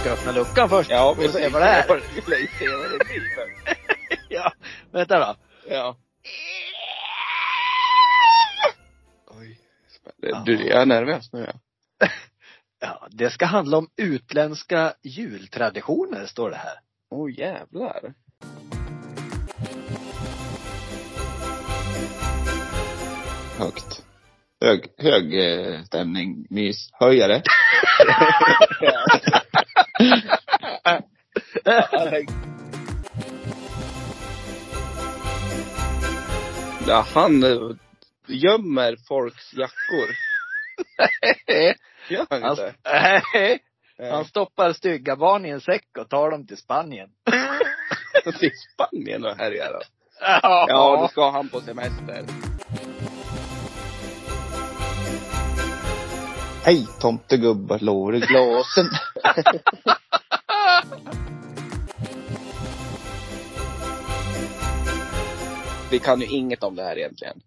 ska öppna luckan först. Ja, och se vad det är. Vi får se vad det blir för. Ja, vänta då. Ja. Oj. Ja. spänn- Du, jag är nervös nu. Ja. Ja, det ska handla om utländska jultraditioner, står det här. Åh oh, jävlar. Högt. Hög, hög eh, stämning, mys, höjare. ja, han eh, gömmer folks jackor. Gör han Han, inte? nej, Eh, han stoppar stygga barn i en säck och tar dem till Spanien. till Spanien och härjar. då. Ja, Ja, då ska han på semester. Hej tomtegubbar, lår i glasen. Vi kan ju inget om det här egentligen.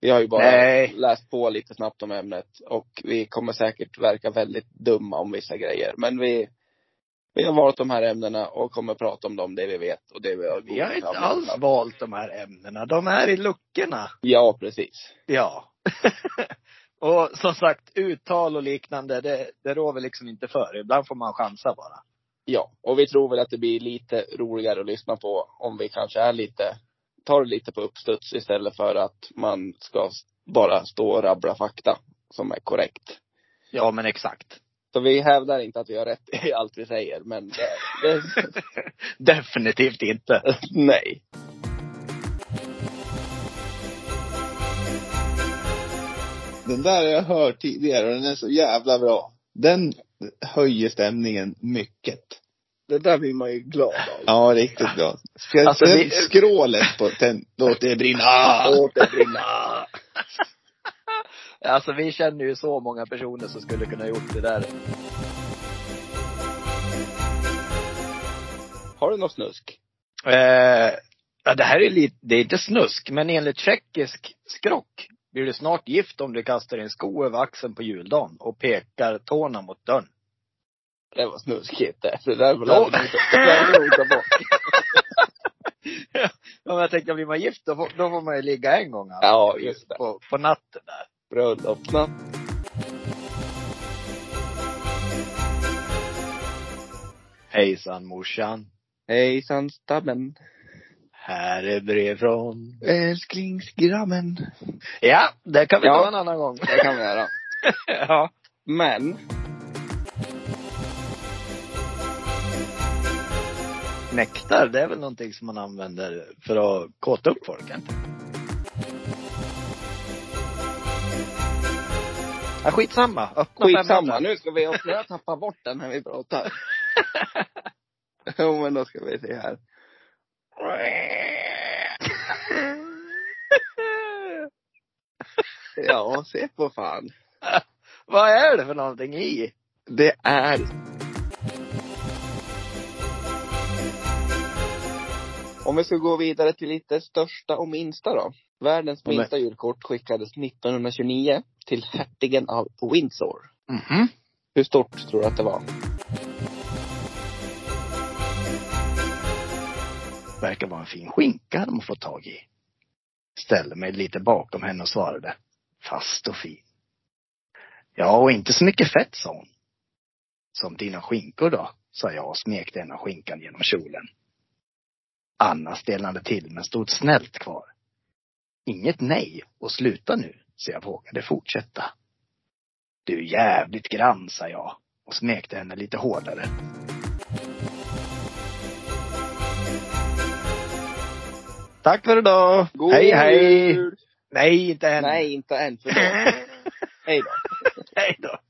Vi har ju bara Nej. läst på lite snabbt om ämnet och vi kommer säkert verka väldigt dumma om vissa grejer. Men vi, vi har valt de här ämnena och kommer prata om dem, det vi vet och det vi har Vi har inte goda alls kunskaper om. valt de här ämnena. De är i luckorna. Ja, precis. Ja. och som sagt, uttal och liknande, det, det rår vi liksom inte för. Ibland får man chansa bara. Ja, och vi tror väl att det blir lite roligare att lyssna på om vi kanske är lite, tar det lite på uppstuds istället för att man ska s- bara stå och rabbla fakta som är korrekt. Ja, men exakt. Så vi hävdar inte att vi har rätt i allt vi säger, men det, det, Definitivt inte. nej. Den där har jag hört tidigare och den är så jävla bra. Den höjer stämningen mycket. Det där blir man ju glad av. Ja. Ja, riktigt bra. Ska Alltså, sen det- skrålet på den, låt det brinna. Åt det brinna. Alltså vi känner ju så många personer som skulle kunna ha gjort det där. Har du något snusk? Eh, ja, det här är lite, det är inte snusk, men enligt tjeckisk skrock blir du snart gift om du kastar din sko över axeln på juldagen och pekar tårna mot dörren. Det var snuskigt det. Det där var Ja. ja. Ja, men jag tänkte, blir man gift då får, då får man ju ligga en gång. Alltså, ja, just det. på, på natten där. Bröllopsnatt. Hejsan morsan. Hejsan stabben. Här är brev från. Älsklingsgrabben. Ja, det kan vi Ja. ta en annan gång. Det kan vi göra. ja. Men Nektar, det är väl någonting som man använder för att kåta upp folk, inte? Ja, skitsamma. Öppna Skitsamma, 500. nu ska vi också tappa bort den när vi pratar. jo men då ska vi se här. Ja, se på fan. Vad är det för någonting i? Det är... Om vi ska gå vidare till lite största och minsta då. Världens Ja, men- minsta julkort skickades 1929 till hertigen av Windsor. Mhm. Hur stort tror du att det var? Verkar vara en fin skinka de har fått tag i. Ställde mig lite bakom henne och svarade. Fast och fin. Ja, och inte så mycket fett, sa hon. Som dina skinkor då, sa jag och smekte ena skinkan genom kjolen. Anna stelnade till men stod snällt kvar. Inget nej och sluta nu, så jag vågade fortsätta. Du är jävligt grann, sa jag och smekte henne lite hårdare. Tack för idag! God hej hej! jul! Nej, inte än! Nej, inte än. Förlåt. Hej då. hej då!